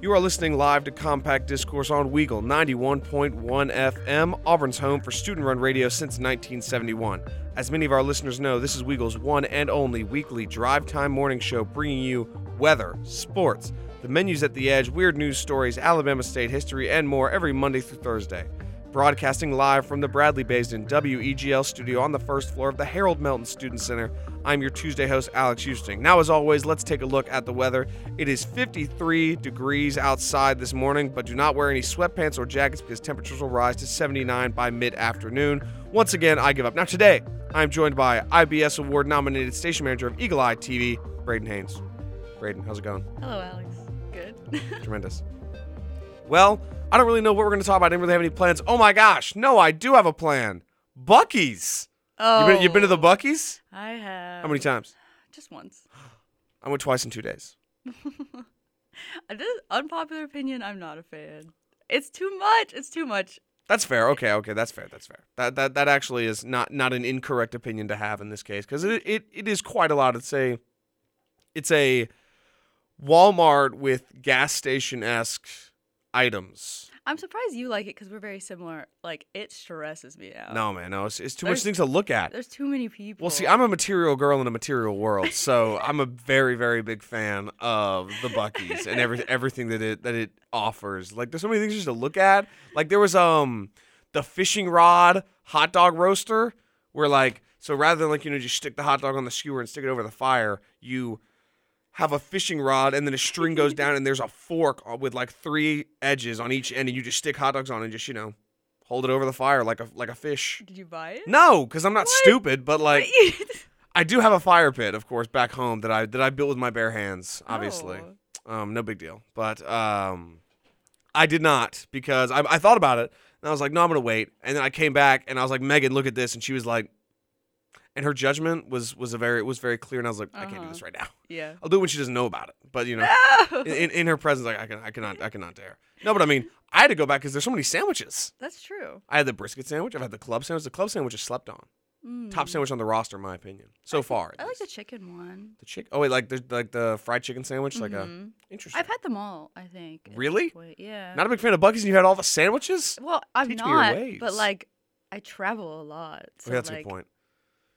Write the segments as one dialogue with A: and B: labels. A: You are listening live to Compact Discourse on Weagle 91.1 FM, Auburn's home for student run radio since 1971. As many of our listeners know, this is Weagle's one and only weekly drive time morning show bringing you weather, sports, the menus at the edge, weird news stories, Alabama state history, and more every Monday through Thursday. Broadcasting live from the Bradley based in WEGL studio on the first floor of the Harold Melton Student Center, I'm your Tuesday host, Alex Houston. Now, as always, let's take a look at the weather. It is 53 degrees outside this morning, but do not wear any sweatpants or jackets because temperatures will rise to 79 by mid afternoon. Once again, I give up. Now, today, I'm joined by IBS award nominated station manager of Eagle Eye TV, Braden Haynes. Braden, how's it going?
B: Hello, Alex. Good.
A: Tremendous. Well, I don't really know what we're going to talk about. I didn't really have any plans. Oh my gosh. No, I do have a plan. Bucky's.
B: Oh,
A: You've, been, you've been to the Bucky's?
B: I have.
A: How many times?
B: Just once.
A: I went twice in two days.
B: Uh, This unpopular opinion. I'm not a fan. It's too much. It's too much.
A: That's fair. Okay, okay, that's fair. That's fair. That that, that actually is not not an incorrect opinion to have in this case because it, it it is quite a lot. It's a it's a Walmart with gas station esque items.
B: I'm surprised you like it because we're very similar. Like it stresses me out.
A: No man, no, it's, it's too much
B: Oh. There's-
A: things to look at.
B: There's too many people.
A: Well, see, I'm a material girl in a material world, so I'm a very, very big fan of the Buckies and every, everything that it that it offers. Like, there's so many things just to look at. Like, there was um the fishing rod hot dog roaster, where like so rather than like you know just stick the hot dog on the skewer and stick it over the fire, you have a fishing rod and then a string goes down and there's a fork on- with like three edges on each end, and you just stick hot dogs on and just you know hold it over the fire like a like a fish.
B: Did you buy it?
A: No, because I'm not
B: What?
A: stupid, but like. I do have a fire pit, of course, back home that I that I built with my bare hands. Obviously,
B: Oh.
A: um, no big deal. But um, I did not because I, I thought about it and I was like, no, I'm gonna wait. And then I came back and I was like, Megan, look at this, and she was like, and her judgment was was a very was very clear, and I was like, I can't do
B: Uh-huh.
A: this right now.
B: Yeah.
A: I'll do it when she doesn't know about it. But you know, in, in, in her presence, like I can I cannot I cannot dare. No, but I mean, I had to go back because there's so many sandwiches.
B: That's true.
A: I had the brisket sandwich. I've had the club sandwich. The club sandwich is slept on. Top
B: Mm.
A: sandwich on the roster, in my opinion, so far. at
B: I like
A: least.
B: the chicken one.
A: The chick. Oh wait, like the like the fried chicken sandwich, like a
B: Mhm.
A: interesting.
B: I've had them all. I think. at this
A: Really?
B: point, Yeah.
A: Not a big fan of Bucky's, and you had all the sandwiches.
B: well, I'm
A: Teach me your
B: not.
A: ways.
B: But like, I travel a lot. So
A: okay, that's a
B: like,
A: good point.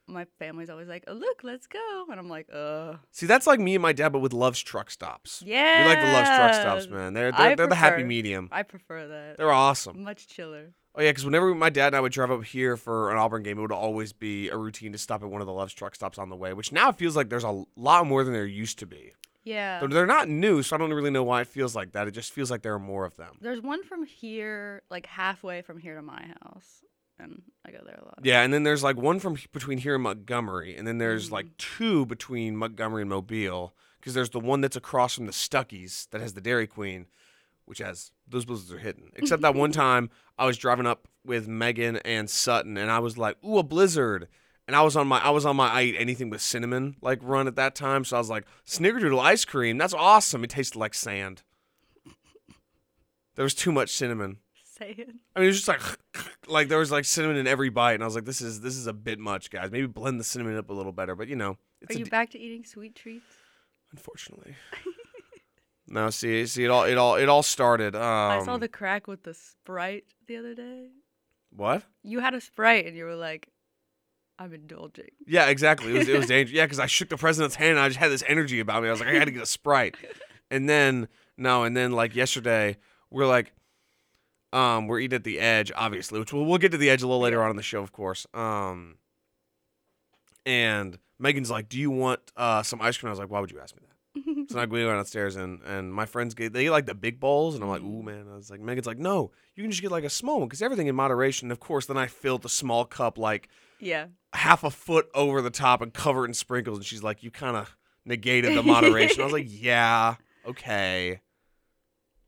B: my family's always like, oh, look, let's go. And I'm like, uh,
A: See, that's like me and my dad, but with Love's truck stops.
B: yeah.
A: We like the Love's truck stops, man. They're
B: I
A: they're, they're the happy
B: prefer-
A: medium.
B: I prefer that.
A: They're awesome.
B: Much chiller.
A: Oh yeah, because whenever my dad and I would drive up here for an Auburn game, it would always be a routine to stop at one of the Love's truck stops on the way. Which now it feels like there's a lot more than there used to be.
B: Yeah.
A: They're, they're not new, so I don't really know why it feels like that. It just feels like there are more of them.
B: There's one from here, like halfway from here to my house. And I go there a lot.
A: Yeah, and then there's like one from he- between here and Montgomery, and then there's
B: Mm.
A: like two between Montgomery and Mobile, because there's the one that's across from the Stuckies that has the Dairy Queen, which has those blizzards are hidden. Except that one time I was driving up with Megan and Sutton, and I was like, "Ooh, a blizzard!" And I was on my I was on my I eat anything with cinnamon like run at that time, so I was like, "Snickerdoodle ice cream, that's awesome!" It tasted like sand. There was too much cinnamon.
B: Saying.
A: I mean, it was just like like there was like cinnamon in every bite, and I was like, this is this is a bit much, guys. Maybe blend the cinnamon up a little better, but you know, it's
B: Are
A: a
B: you
A: d-
B: back to eating sweet treats?
A: unfortunately. no, see, see, it all it all it all started. Um,
B: I saw the crack with the Sprite the other day.
A: what?
B: You had a Sprite and you were like, I'm indulging.
A: Yeah, exactly. It was it was dangerous. Yeah, because I shook the president's hand, and I just had this energy about me. I was like, I got to get a sprite, and then no, and then like yesterday, we're like. Um, we're eating at the edge, obviously, which we'll, we'll get to the edge a little later on in the show, of course. Um, and Megan's like, "Do you want uh, some ice cream?" I was like, "Why would you ask me that?" So like, we went downstairs, and and my friends get they get, like the big bowls, and I'm like, "Ooh, man!" I was like, "Megan's like, no, you can just get like a small one because everything in moderation." And of course, then I filled the small cup like
B: yeah.
A: half a foot over the top and covered in sprinkles. And she's like, You kind of negated the moderation. I was like, Yeah, okay.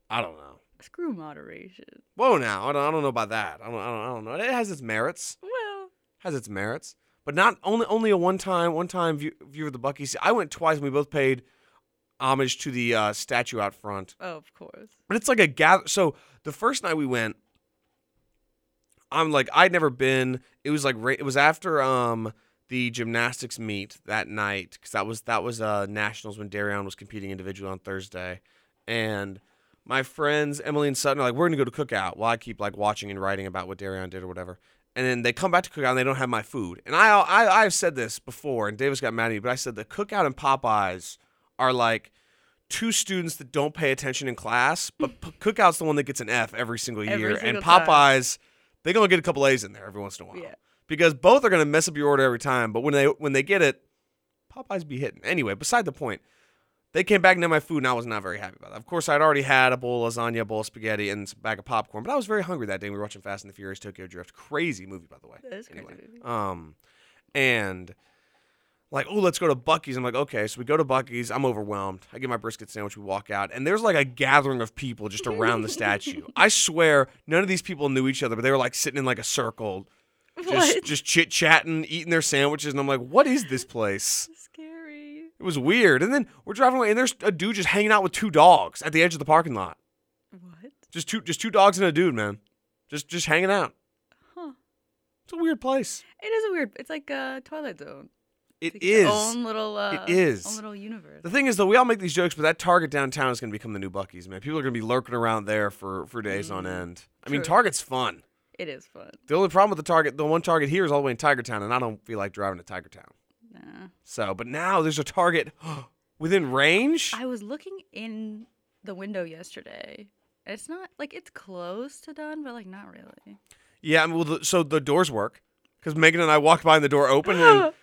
A: I don't know.
B: Screw moderation.
A: Whoa, now. I don't, I don't know about that. I don't, I, don't, I don't know. It has its merits,
B: Well,
A: has its merits, but not only only a one time one time view, view of the Bucky. See, I went twice and we both paid homage to the uh, statue out front.
B: oh, of course.
A: But it's like a gather. So the first night we went, I'm like I'd never been. It was like ra- it was after um the gymnastics meet that night because that was that was uh nationals when Darion was competing individually on Thursday, and my friends Emily and Sutton are like, we're gonna go to cookout while I keep like watching and writing about what Darion did or whatever. And then they come back to cookout and they don't have my food. And I I I've said this before, and Davis got mad at me, but I said the cookout and Popeyes are like two students that don't pay attention in class, but p- cookout's the one that gets an F every single year,
B: Every
A: and
B: single time.
A: Popeyes they're gonna get a couple A's in there every once in a while
B: Yeah.
A: because both are gonna mess up your order every time. But when they when they get it, Popeyes be hitting anyway. Beside the point. They came back and had my food, and I was not very happy about that. Of course, I'd already had a bowl of lasagna, a bowl of spaghetti, and a bag of popcorn, but I was very hungry that day. We were watching Fast and the Furious Tokyo Drift. Crazy movie, by the way.
B: That is crazy. movie.
A: Um, and like, oh, let's go to Bucky's. I'm like, okay. So we go to Bucky's. I'm overwhelmed. I get my brisket sandwich. We walk out, and there's like a gathering of people just around the statue. I swear, none of these people knew each other, but they were like sitting in like a circle, just
B: What?
A: just chit chatting, eating their sandwiches. And I'm like, what is this place?
B: Scary.
A: It was weird. And then we're driving away, and there's a dude just hanging out with two dogs at the edge of the parking lot.
B: What?
A: Just two, just two dogs and a dude, man. Just just hanging out.
B: Huh.
A: It's a weird place.
B: It is a weird. It's like a Twilight Zone.
A: It
B: It's like
A: is.
B: Your own little. Uh,
A: is.
B: Own little universe.
A: The thing is, though, we all make these jokes, but that Target downtown is going to become the new Bucky's, man. People are going to be lurking around there for, for days on end. I mean,
B: Mm-hmm. True.
A: Target's fun.
B: It is fun.
A: The only problem with the Target, the one Target here is all the way in Tiger Town, and I don't feel like driving to Tiger Town.
B: Nah.
A: So, but now there's a Target within range.
B: I was looking in the window yesterday. and It's not like it's close to done, but like not really.
A: yeah, I mean, well, the, so the doors work because Megan and I walked by and the door opened, and,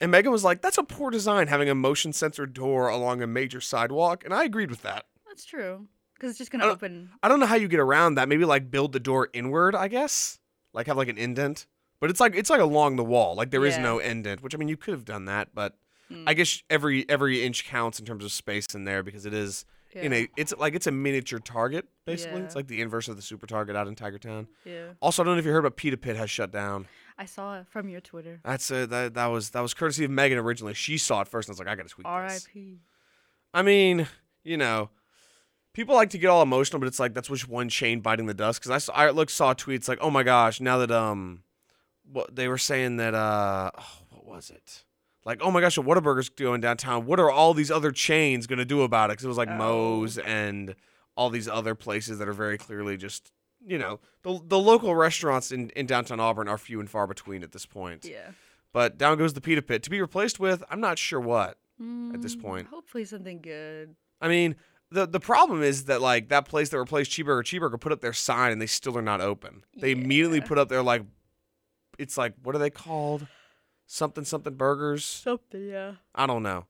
A: and Megan was like, "That's a poor design having a motion sensor door along a major sidewalk," and I agreed with that.
B: That's true. Because it's just
A: I
B: gonna
A: don't-
B: open.
A: I don't know how you get around that. Maybe like build the door inward, I guess. Like have like an indent. But it's like it's like along the wall. Like there is
B: Yeah.
A: no indent, which I mean you could have done that, but
B: Mm.
A: I guess every every inch counts in terms of space in there because it is
B: Yeah.
A: in a it's like it's a miniature target basically. It's
B: Yeah.
A: like the inverse of the super target out in Tiger Town.
B: yeah.
A: Also, I don't know if you heard but Pita Pit has shut down.
B: I saw it from your Twitter.
A: That's a, that that was that was courtesy of Megan originally. She saw it first and was like I got to tweet this.
B: R.I.P.
A: I mean, you know, people like to get all emotional, but it's like that's just one chain biting the dust. Because I saw, I look saw tweets like, oh my gosh, now that um, what they were saying that uh, oh, what was it? Like, oh my gosh, what Whataburger's doing downtown. What are all these other chains gonna do about it? Because it was like
B: Oh.
A: Moe's and all these other places that are very clearly just, you know, the the local restaurants in, in downtown Auburn are few and far between at this point.
B: Yeah.
A: But down goes the pita pit to be replaced with I'm not sure what.
B: At
A: this point.
B: Mm, Hopefully something good.
A: I mean, the the problem is that like that place that replaced Cheeseburger Cheeseburger put up their sign and they still are not open. They immediately
B: Yeah.
A: put up their like, it's like what are they called? Something something burgers.
B: Something. Yeah.
A: I don't know,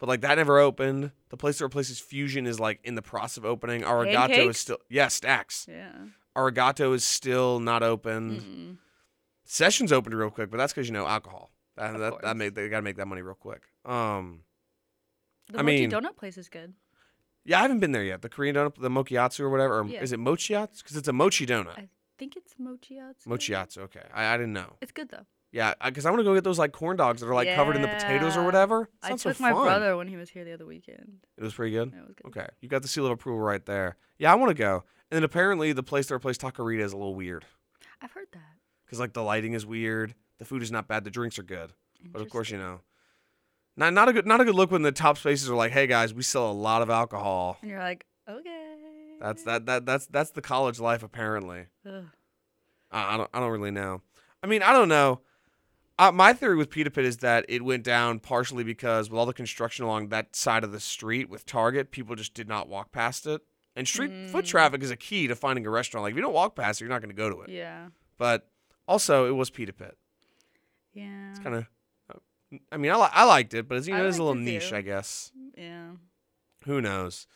A: but like that never opened. The place that replaces Fusion is like in the process of opening. Arigato is
B: Pancakes?
A: still yeah stacks.
B: Yeah.
A: Arigato is still not open.
B: Mm-mm.
A: Sessions opened real quick, but that's because you know alcohol. That, that,
B: Of
A: that
B: course.
A: made they got to make that money real quick. Um.
B: The
A: I
B: Mochi
A: mean-
B: donut place is good.
A: Yeah, I haven't been there yet. The Korean donut, the mochiatsu or whatever. Or
B: Yeah.
A: Is it mochiatsu? Because it's a mochi donut.
B: I think it's mochiatsu.
A: mochiatsu. Okay, I, I didn't know.
B: It's good though.
A: Yeah, because I, want to go get those like corn dogs that are like covered in the potatoes or
B: Yeah.
A: whatever.
B: I
A: Sounds
B: took
A: so
B: my
A: fun.
B: brother when he was here the other weekend.
A: It was pretty good.
B: and It was good.
A: Okay, you got the seal of approval right there. Yeah, I want to go. And then apparently the place that replaced Takarita is a little weird
B: I've heard that.
A: because like the lighting is weird. The food is not bad. The drinks are good, but of course you know, not not a good not a good look when the top spaces are like, hey guys, we sell a lot of alcohol.
B: And you're like, okay.
A: That's that that that's that's the college life apparently.
B: Ugh.
A: I I don't, I don't really know. I mean, I don't know. Uh, my theory with Pita Pit is that it went down partially because with all the construction along that side of the street with Target, people just did not walk past it. And street foot
B: Mm.
A: traffic is a key to finding a restaurant. Like if you don't walk past it, you're not going to go to it.
B: Yeah.
A: But also, it was Pita Pit.
B: Yeah.
A: It's kind of. I mean, I, li- I liked it, but it's, you
B: Mm. I
A: know, it is a
B: liked
A: little
B: it
A: niche,
B: too.
A: I guess.
B: Yeah.
A: Who knows?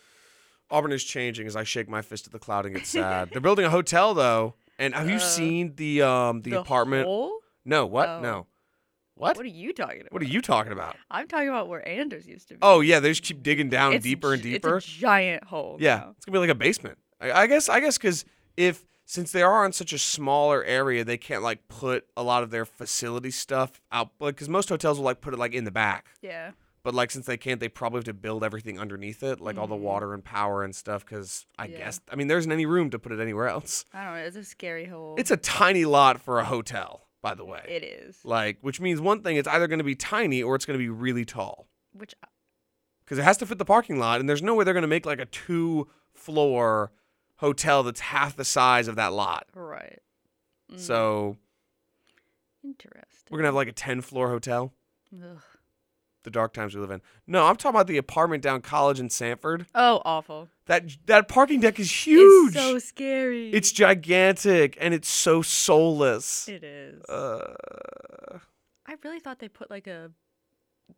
A: Auburn is changing as I shake my fist at the cloud and get sad. They're building a hotel though, and have you
B: Uh,
A: seen the um the, apartment?
B: hole?
A: No, what?
B: Oh.
A: No. What?
B: What are you talking about?
A: What are you talking about?
B: I'm talking about where Anders used to be.
A: Oh yeah, they just keep digging down
B: It's a
A: deeper and
B: gi-
A: deeper.
B: It's a giant hole.
A: yeah,
B: now.
A: it's gonna be like a basement. I, I guess. I guess because if since they are on such a smaller area, they can't like put a lot of their facility stuff out. Like because most hotels will like put it like in the back,
B: Yeah.
A: but like since they can't, they probably have to build everything underneath it, like all the
B: Mhm.
A: water and power and stuff. Because I
B: Yeah.
A: guess I mean there isn't any room to put it anywhere else.
B: I don't know. It's a scary hole.
A: It's a tiny lot for a hotel, by the way.
B: It is.
A: like which means one thing, it's either gonna be tiny or it's gonna be really tall.
B: Which uh,
A: because it has to fit the parking lot, and there's no way they're going to make like a two floor hotel that's half the size of that lot.
B: Right. Mm,
A: So
B: interesting.
A: we're gonna have like a ten floor hotel.
B: Ugh.
A: The dark times we live in. No, I'm talking about the apartment down College in Sanford.
B: Oh, awful.
A: That that parking deck is huge.
B: It's so scary.
A: It's gigantic and it's so soulless.
B: It is.
A: Uh,
B: I really thought they put like a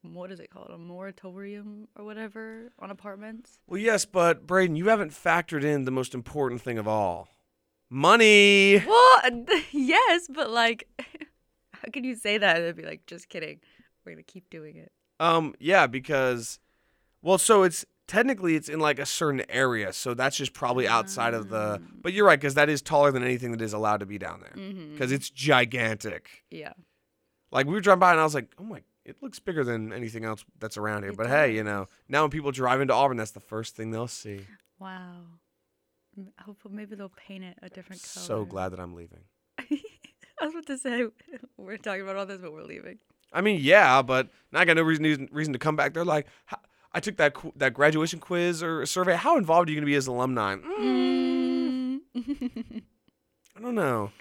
B: what is it called a moratorium or whatever on apartments.
A: well, yes, but Braden, you haven't factored in the most important thing of all money.
B: Well, yes, but like, how can you say that and be like, just kidding? We're gonna keep doing it.
A: Um, yeah, because, well, so it's technically it's in like a certain area, so that's just probably outside of the.
B: Mm.
A: But you're right, because that is taller than anything that is allowed to be down there,
B: Mm-hmm.
A: because it's gigantic.
B: Yeah.
A: Like we were driving by, and I was like, oh my, it looks bigger than anything else that's around here.
B: It
A: but hey, you know, now when people drive into Auburn, that's the first thing they'll see.
B: Wow. M- I hope maybe they'll paint it a different color.
A: So glad that I'm leaving.
B: I was about to say we're talking about all this, but we're leaving.
A: I mean, yeah, but now I got no reason reason, reason to come back. They're like, "H- I took that qu- that graduation quiz or survey. How involved are you going to be as alumni? Mm, I don't know.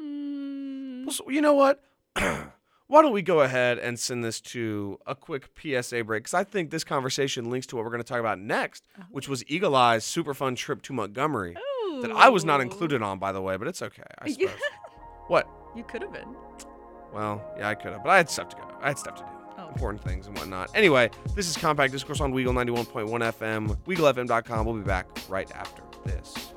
B: Mm.
A: Well, so- you know what? Why don't we go ahead and send this to a quick PSA break? Because I think this conversation links to what we're going to talk about next,
B: Uh-huh.
A: which was Eagle Eye's super fun trip to Montgomery that I was not
B: Ooh.
A: included on, by the way. But it's okay, I
B: You-
A: suppose. what?
B: You could have been.
A: Well, yeah, I could have, but I had stuff to go. I had stuff to do.
B: Oh.
A: Important things and whatnot. Anyway, this is Compact Discourse on Weagle 91.1 FM, WeagleFM.com. We'll be back right after this.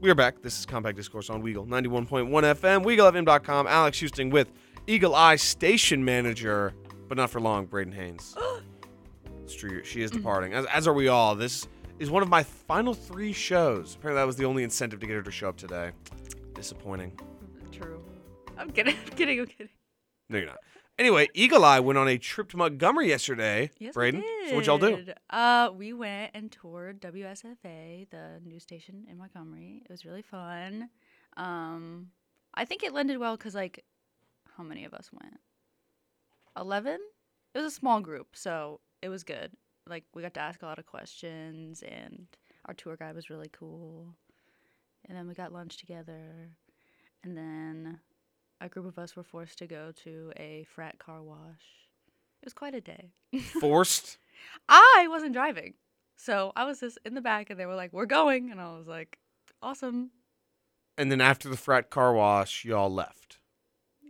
A: We are back. This is Compact Discourse on Weagle 91.1 FM, WeagleFM.com. Alex Houston with Eagle Eye Station Manager, but not for long, Braden Haynes. it's true. She
B: Mm-hmm.
A: is departing, as, as are we all. This is one of my final three shows. Apparently, that was the only incentive to get her to show up today. Disappointing.
B: True. I'm kidding. I'm kidding. I'm kidding.
A: No, you're not. Anyway, Eagle Eye went on a trip to Montgomery yesterday.
B: Yes, we
A: Braden, so what'd y'all do?
B: did. Uh, we went and toured WSFA, the news station in Montgomery. It was really fun. Um, I think it landed well because, like, how many of us went? Eleven. It was a small group, so it was good. Like, we got to ask a lot of questions, and our tour guide was really cool. And then we got lunch together, and then a group of us were forced to go to a frat car wash. It was quite a day.
A: Forced.
B: I wasn't driving. So I was just in the back and they were like, we're going. And I was like, awesome.
A: And then after the frat car wash, y'all left,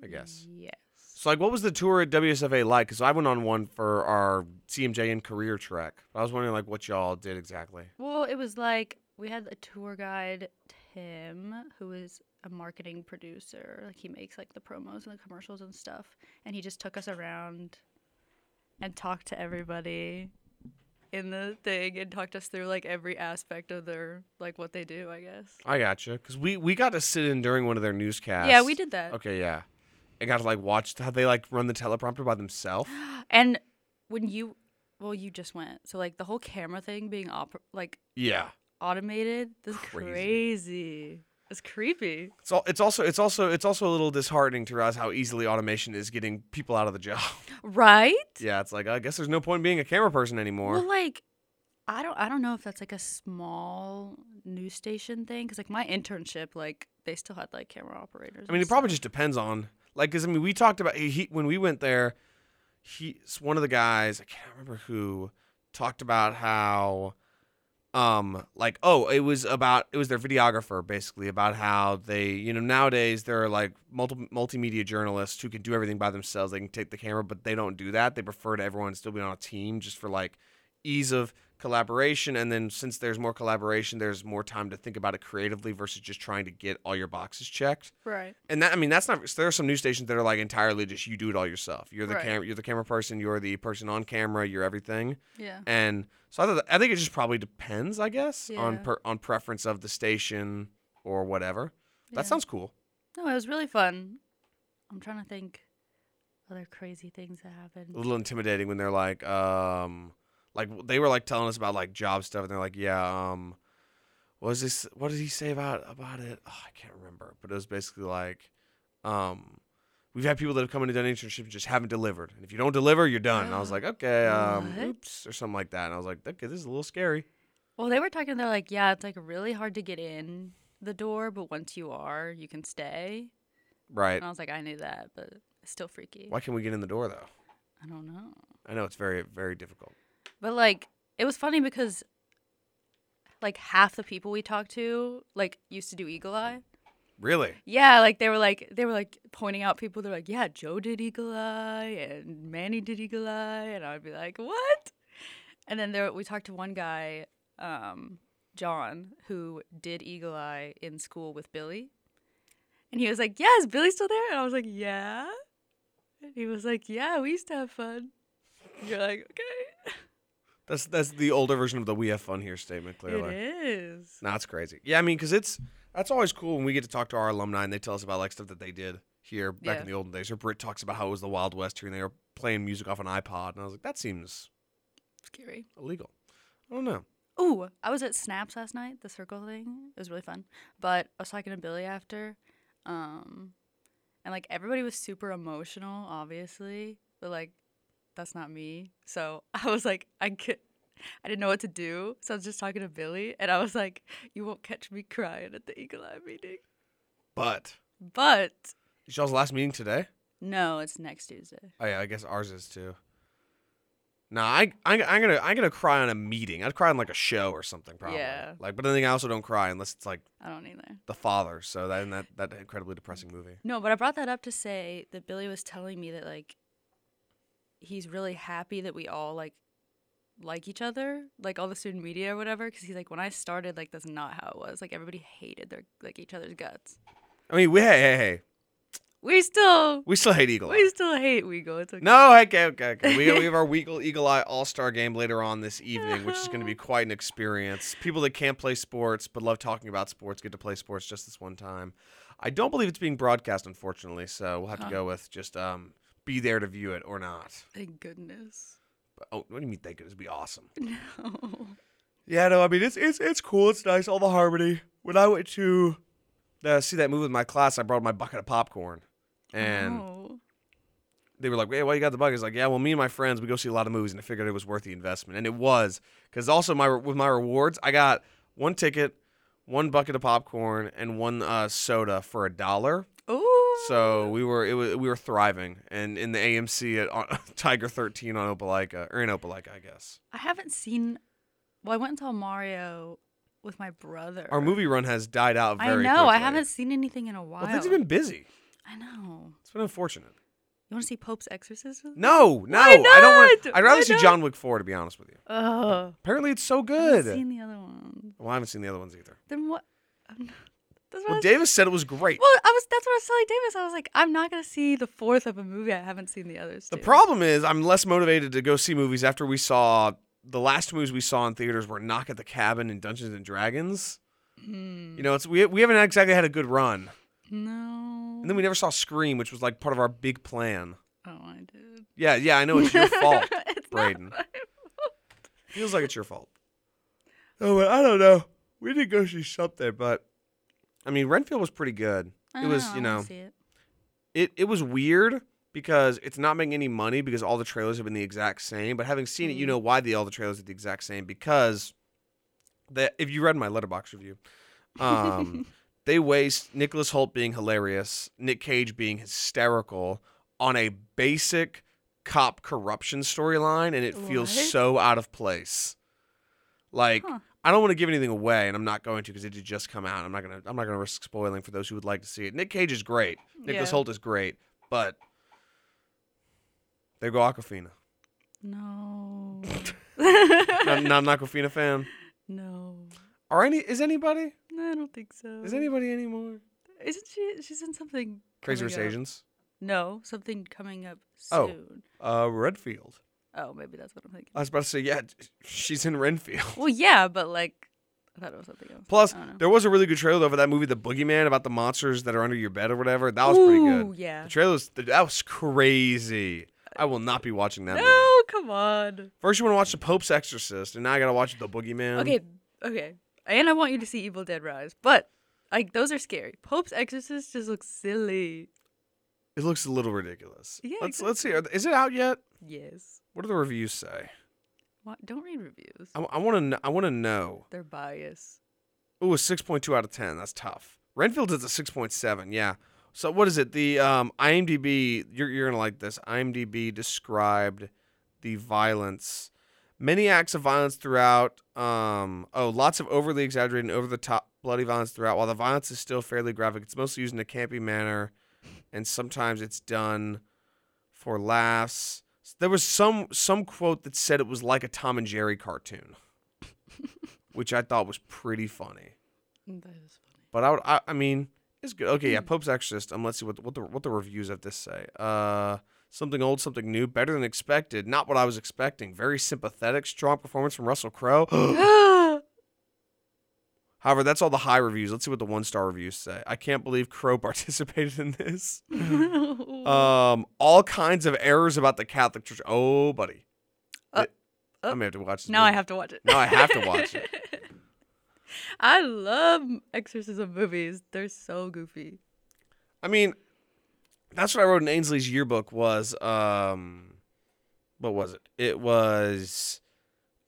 A: I guess.
B: Yes.
A: So, like, what was the tour at WSFA like? Because I went on one for our CMJ and career trek. I was wondering, like, what y'all did exactly.
B: Well, it was like we had a tour guide, Tim, who is a marketing producer. Like he makes like the promos and the commercials and stuff. And he just took us around and talked to everybody in the thing and talked us through like every aspect of their like what they do, I guess.
A: I gotcha. Because we, we got to sit in during one of their newscasts.
B: Yeah, we did that.
A: Okay, yeah. I got to, like, watch how they, like, run the teleprompter by themselves.
B: And when you, well, you just went. So like the whole camera thing being op- like
A: Yeah.
B: automated. This is
A: Crazy.
B: crazy. It's creepy.
A: It's, all, it's also it's also it's also a little disheartening to realize how easily automation is getting people out of the job.
B: Right?
A: Yeah, it's like I guess there's no point in being a camera person anymore.
B: Well, like I don't I don't know if that's like a small news station thing cuz like my internship like they still had like camera operators.
A: I mean,
B: and
A: it probably
B: stuff.
A: just depends on like because I mean we talked about he when we went there, he one of the guys I can't remember who talked about how um like oh it was about it was their videographer basically about how they you know nowadays there are like multi multimedia journalists who can do everything by themselves they can take the camera but they don't do that they prefer to everyone still be on a team just for like ease of collaboration. And then since there's more collaboration, there's more time to think about it creatively versus just trying to get all your boxes checked.
B: Right.
A: And that I mean, that's not. So there are some news stations that are like entirely just you do it all yourself. You're the
B: Right.
A: camera. You're the camera person. You're the person on camera. You're everything.
B: Yeah.
A: And so I, thought I think it just probably depends, I guess, on
B: Yeah.
A: per, on preference of the station or whatever.
B: Yeah.
A: That sounds cool.
B: No, it was really fun. I'm trying to think other crazy things that happened.
A: A little intimidating when they're like, um, like w- they were like telling us about like job stuff, and they're like, yeah, um, what was this? What did he say about about it? Oh, I can't remember, but it was basically like, um. We've had people that have come in and done internships and just haven't delivered. And if you don't deliver, you're done. And I was like, okay, um,
B: What?
A: oops, or something like that. And I was like, okay, this is a little scary.
B: Well, they were talking. They're like, yeah, it's like really hard to get in the door, but once you are, you can stay.
A: Right.
B: And I was like, I knew that, but it's still freaky.
A: Why can't we get in the door, though?
B: I don't know.
A: I know it's very, very difficult.
B: But like, it was funny because like half the people we talked to like used to do Eagle Eye.
A: Really?
B: Yeah, like they were like they were like pointing out people. They're like, yeah, Joe did Eagle Eye and Manny did Eagle Eye, and I'd be like, what? And then there we talked to one guy, um, John, who did Eagle Eye in school with Billy, and he was like, yeah, is Billy still there? And I was like, yeah. And he was like, yeah, we used to have fun. And you're like, okay,
A: That's that's the older version of the "we have fun here" statement. Clearly,
B: it is.
A: no, it's crazy. Yeah, I mean, because it's that's always cool when we get to talk to our alumni and they tell us about like stuff that they did here back
B: Yeah.
A: in the olden days. Or Britt talks about how it was the Wild West here and they were playing music off an iPod, and I was like, that seems
B: Scary.
A: illegal. I don't know.
B: Ooh, I was at Snaps last night, the circle thing. It was really fun. But I was talking to Billy after. Um and like everybody was super emotional, obviously, but like that's not me. So I was like, I could I didn't know what to do. So I was just talking to Billy and I was like, You won't catch me crying at the Eagle Eye meeting.
A: But
B: But
A: is y'all's last meeting today?
B: no, it's next Tuesday.
A: Oh yeah, I guess ours is too. No, I, I I'm gonna I'm gonna cry on a meeting. I'd cry on like a show or something probably.
B: Yeah.
A: Like, but I think I also don't cry unless it's like
B: I don't either.
A: The Father. So that and that that incredibly depressing movie.
B: No, but I brought that up to say that Billy was telling me that like he's really happy that we all like like each other, like all the student media or whatever. Because he's like, when I started, like that's not how it was. Like everybody hated their like each other's guts.
A: I mean, we, hey hey hey,
B: We still,
A: we still hate Eagle. Eye.
B: we still hate Weagle. It's okay.
A: No, okay, okay, okay. We, we have our Weagle Eagle Eye All Star game later on this evening, which is going to be quite an experience. People that can't play sports but love talking about sports get to play sports just this one time. I don't believe it's being broadcast, unfortunately, so we'll have to
B: Huh.
A: go with just um, be there to view it or not.
B: Thank goodness.
A: But, oh, what do you mean? Think it would be awesome.
B: No.
A: Yeah, no, I mean it's it's it's cool. It's nice. All the harmony. When I went to uh, see that movie with my class, I brought my bucket of popcorn, and
B: No.
A: they were like, "Hey, why you got the bucket?" It's like, "Yeah, well, me and my friends we go see a lot of movies, and I figured it was worth the investment, and it was because also my with my rewards, I got one ticket, one bucket of popcorn, and one uh, soda for a dollar.
B: Oh.
A: So we were it was, we were thriving, and in the AMC at on, Tiger Thirteen on Opelika or in Opelika, I guess.
B: I haven't seen. Well, I went and saw Mario with my brother.
A: Our movie run has died out
B: I
A: very.
B: know. I
A: quickly.
B: haven't seen anything in a while.
A: Well, things have been busy.
B: I know.
A: It's been unfortunate.
B: You want to see Pope's Exorcism?
A: No, no,
B: Why
A: I don't want.
B: not?
A: I'd rather
B: Why
A: see
B: not?
A: John Wick Four, to be honest with you.
B: Oh,
A: Apparently, it's so
B: I haven't
A: good.
B: seen the other one.
A: well, I haven't seen the other ones either.
B: Then what? I'm not- That's what I
A: Well,
B: was,
A: Davis said it was great.
B: well, I was. That's what I was telling Davis. I was like, I'm not gonna see the fourth of a movie I haven't seen the others.
A: The
B: two.
A: problem is, I'm less motivated to go see movies after we saw the last movies we saw in theaters were Knock at the Cabin and Dungeons and Dragons.
B: Mm,
A: You know, it's we we haven't exactly had a good run,
B: no.
A: and then we never saw Scream, which was like part of our big plan.
B: Oh, I did.
A: Yeah, yeah, I know it's your fault.
B: It's not
A: Braden.
B: my fault.
A: Feels like it's your fault. Oh, but I don't know. We did go see something, but I mean, Renfield was pretty good.
B: I
A: It was,
B: I
A: you
B: wanna
A: know,
B: see it.
A: it it was weird because it's not making any money because all the trailers have been the exact same. But having seen it, you
B: Mm.
A: know why the all the trailers are the exact same because that if you read my letterbox review, um, they waste Nicholas Holt being hilarious, Nick Cage being hysterical on a basic cop corruption storyline, and it feels
B: What?
A: so out of place. Like
B: Huh.
A: I don't want to give anything away, and I'm not going to because it did just come out. I'm not gonna I'm not gonna risk spoiling for those who would like to see it. Nick Cage is great. Nicholas
B: Yeah.
A: Holt is great, but there go Aquafina.
B: No.
A: Not, not an Aquafina fan.
B: no,
A: Are any? Is anybody?
B: no, I don't think so.
A: Is anybody anymore?
B: Isn't she? She's in something.
A: Crazy Rich
B: coming up-
A: Asians.
B: No, something coming up
A: Oh.
B: soon.
A: Uh, Redfield.
B: Oh, maybe that's what I'm thinking.
A: I was about to say, yeah, she's in Renfield.
B: Well, yeah, but like, I thought it was something else.
A: Plus,
B: I don't know.
A: there was a really good trailer though for that movie, The Boogeyman, about the monsters that are under your bed or whatever. That was pretty
B: Ooh,
A: good.
B: Yeah.
A: The trailer was that was crazy. I will not be watching that. Movie.
B: No, come on.
A: First, you want to watch The Pope's Exorcist, and now I gotta watch The Boogeyman.
B: Okay, okay. And I want you to see Evil Dead Rise, but like those are scary. Pope's Exorcist just looks silly.
A: it looks a little ridiculous.
B: Yeah,
A: let's let's see. Are th- Is it out yet?
B: Yes.
A: What do the reviews say?
B: What? Don't read reviews.
A: I want to. I want to know.
B: They're biased.
A: Ooh, a six point two out of ten. That's tough. Renfield is a six point seven. Yeah. So what is it? The um, IMDb. You're you're gonna like this. IMDb described the violence. Many acts of violence throughout. Um, oh, lots of overly exaggerated and over the top bloody violence throughout. While the violence is still fairly graphic, it's mostly used in a campy manner, and sometimes it's done for laughs. There was some some quote that said it was like a Tom and Jerry cartoon, which I thought was pretty funny.
B: Mm, That is funny.
A: But I would, I, I mean, it's good. Okay, yeah, Pope's Exorcist. Um, let's see what what the what the reviews have to say. Uh, something old, something new, better than expected. Not what I was expecting. Very sympathetic, strong performance from Russell Crowe. However, that's all the high reviews. Let's see what the one star reviews say. I can't believe Crowe participated in this. Um, all kinds of errors about the Catholic Church. Oh, buddy.
B: Uh,
A: It- I
B: uh,
A: may have to watch this.
B: now I
A: movie.
B: have to watch it.
A: Now I have to watch it.
B: I love exorcism movies. They're so goofy.
A: I mean, that's what I wrote in Ainsley's yearbook was um what was it? It was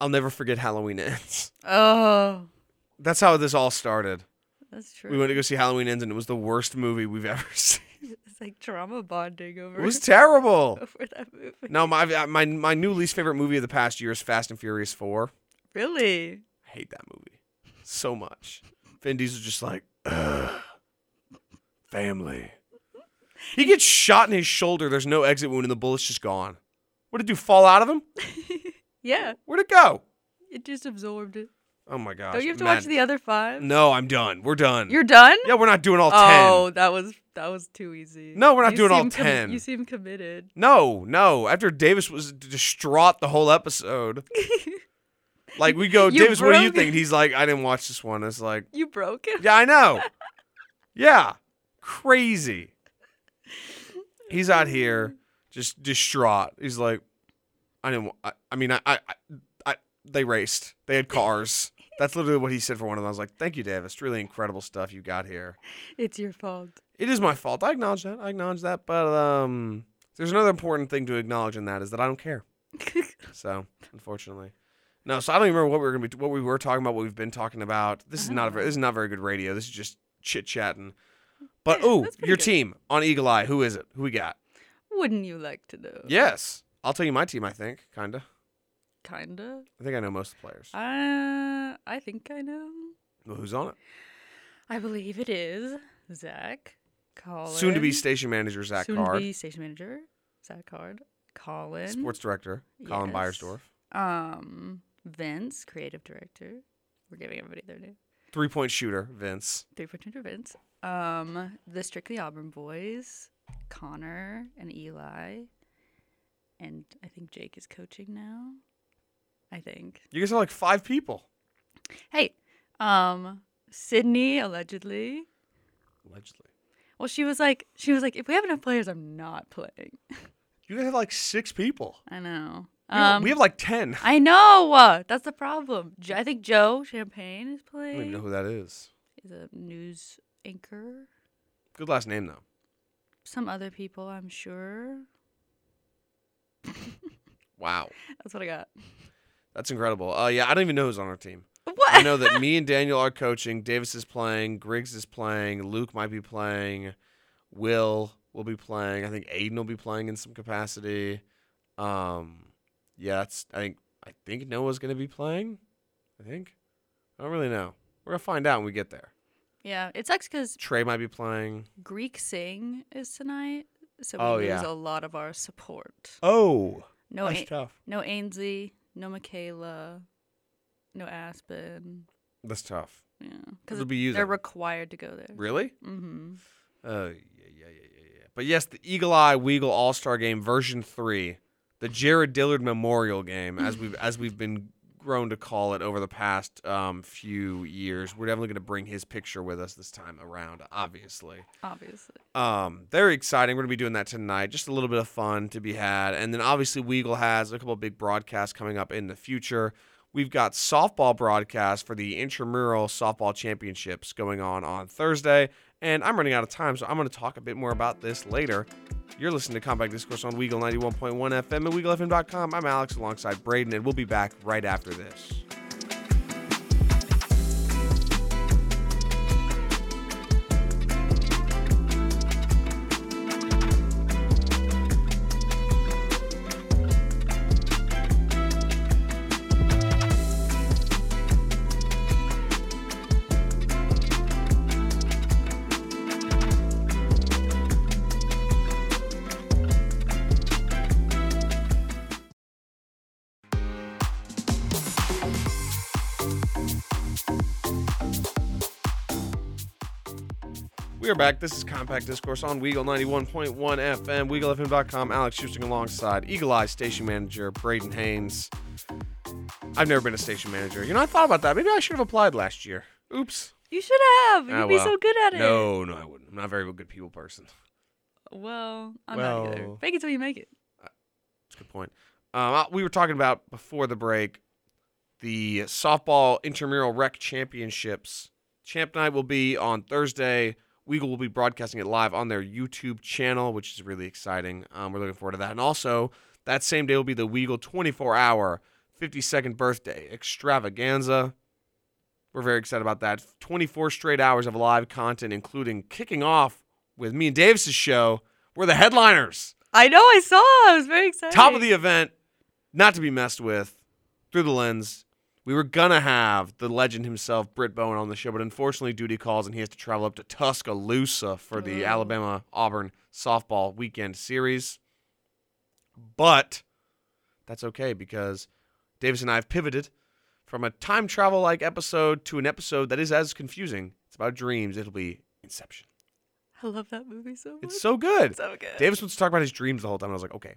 A: I'll never forget Halloween ends.
B: Oh,
A: That's how this all started.
B: that's true.
A: We went to go see Halloween ends and it was the worst movie we've ever seen.
B: it's like trauma bonding
A: It
B: over,
A: was terrible.
B: over that movie.
A: No, my my my new least favorite movie of the past year is Fast and Furious 4.
B: Really?
A: I hate that movie so much. Vin Diesel's just like "Ugh, family. He gets shot in his shoulder. There's no exit wound and the bullet's just gone. What did it do? Fall out of him?
B: Yeah,
A: Where'd it go?
B: it just absorbed it.
A: Oh my gosh.
B: Don't you have to watch
A: Matt-
B: the other five?
A: No, I'm done. We're done.
B: You're done?
A: yeah, we're not doing all
B: oh, that was that was too easy.
A: No, we're not
B: You
A: doing all
B: seem
A: 10.
B: you seem committed.
A: 10. No, no. After Davis was d- distraught the whole episode, like we go,
B: You
A: Davis, what do you
B: broke-
A: think? And he's like, I didn't watch this one. It's like,
B: you broke it.
A: yeah, I know. yeah. Crazy. He's out here just distraught. He's like, I didn't, wa- I, I mean, I, I, I- I, they raced. They had cars. That's literally what he said for one of them. I was like, thank you, Davis. Really incredible stuff you got here.
B: It's your fault.
A: it is my fault. I acknowledge that. I acknowledge that. But um, there's another important thing to acknowledge in that is that I don't care. So unfortunately, no. So I don't even remember what we were gonna be, what we were talking about, what we've been talking about. This is
B: I
A: not a
B: don't
A: very,
B: know.
A: this is not very good radio. This is just chit chatting. But
B: Yeah,
A: ooh,
B: that's pretty
A: your
B: good.
A: team on Eagle Eye. Who is it? Who we got?
B: Wouldn't you like to know?
A: Yes, I'll tell you my team. I think kinda.
B: Kinda.
A: I think I know most of the players.
B: Uh, I think I know.
A: Well, who's on it?
B: I believe it is Zach, Colin.
A: Soon to be station manager Zach
B: soon
A: Card,
B: to be station manager Zach Card, Colin.
A: sports director Colin
B: Yes.
A: Byersdorf,
B: Um, Vince, creative director. We're giving everybody their name.
A: three point shooter Vince.
B: Three for Ginger Vince. Um, the Strictly Auburn boys, Connor and Eli, and I think Jake is coaching now. I think.
A: You guys are like five people.
B: Hey, um, Sydney allegedly.
A: Allegedly.
B: Well, she was like, she was like, if we have enough players, I'm not playing.
A: You guys have like six people.
B: I know.
A: We have-
B: Um,
A: we have like 10.
B: I know. uh, That's the problem. Jo- I think Joe Champagne is
A: I
B: playing.
A: don't even know who that is.
B: He's a news anchor.
A: Good last name, though.
B: Some other people, I'm sure.
A: Wow.
B: That's what I got.
A: That's incredible. Uh, yeah, I don't even know who's on our team.
B: What?
A: I know that me and Daniel are coaching. Davis is playing. Griggs is playing. Luke might be playing. Will will be playing. I think Aiden will be playing in some capacity. Um, yeah, that's, I think I think Noah's going to be playing. I think. I don't really know. We're going to find out when we get there.
B: Yeah, it sucks because
A: Trey might be playing.
B: Greek Sing is tonight, so we
A: Oh,
B: lose
A: yeah.
B: a lot of our support.
A: Oh,
B: No, Ain
A: tough.
B: no Ainsley, No Michaela, no Aspen.
A: That's tough.
B: Yeah,
A: It'll
B: because
A: be you
B: they're
A: then.
B: required to go there.
A: Really?
B: Mm-hmm.
A: Oh, yeah, yeah, yeah, yeah, yeah. But yes, the Eagle Eye Weagle All Star Game version three, the Jared Dillard Memorial Game, as we've as we've been grown to call it over the past um, few years. We're definitely going to bring his picture with us this time around, obviously.
B: Obviously.
A: Um, very exciting. We're gonna be doing that tonight. Just a little bit of fun to be had, and then obviously Weagle has a couple of big broadcasts coming up in the future. We've got softball broadcasts for the intramural softball championships going on on Thursday, and I'm running out of time, so I'm gonna talk a bit more about this later. You're listening to Compact Discourse on Weagle 91.1 FM and WeagleFM.com. I'm Alex alongside Braden, and we'll be back right after this. We are back. This is Compact Discourse on Weagle 91.1 FM, WeagleFM.com. Alex Houston alongside Eagle Eye Station Manager Braden Haynes. I've never been a station manager. You know, I thought about that. Maybe I should have applied last year. Oops.
B: You should have. You'd
A: Ah,
B: be
A: well.
B: so good at it.
A: No, no, I wouldn't. I'm not a very good people person.
B: Well, I'm not either.
A: Well.
B: Fake it till you make it.
A: That's a good point. Um, I- we were talking about before the break the softball intramural rec championships. Champ night will be on Thursday. Weagle will be broadcasting it live on their YouTube channel, which is really exciting. Um, we're looking forward to that. And also, that same day will be the Weagle 24 hour 52nd birthday extravaganza. We're very excited about that. 24 straight hours of live content, including kicking off with me and Davis's show. We're the headliners
B: I know. I saw. I was very excited.
A: top of the event, not to be messed with, through the lens. We were gonna have the legend himself, Britt Bowen, on the show, but unfortunately, duty calls and he has to travel up to Tuscaloosa for the
B: Oh.
A: Alabama Auburn softball weekend series. But that's okay because Davis and I have pivoted from a time travel like episode to an episode that is as confusing. It's about dreams. It'll be Inception.
B: I love that movie so much.
A: It's so good.
B: so good.
A: Davis wants to talk about his dreams the whole time. and I was like, okay,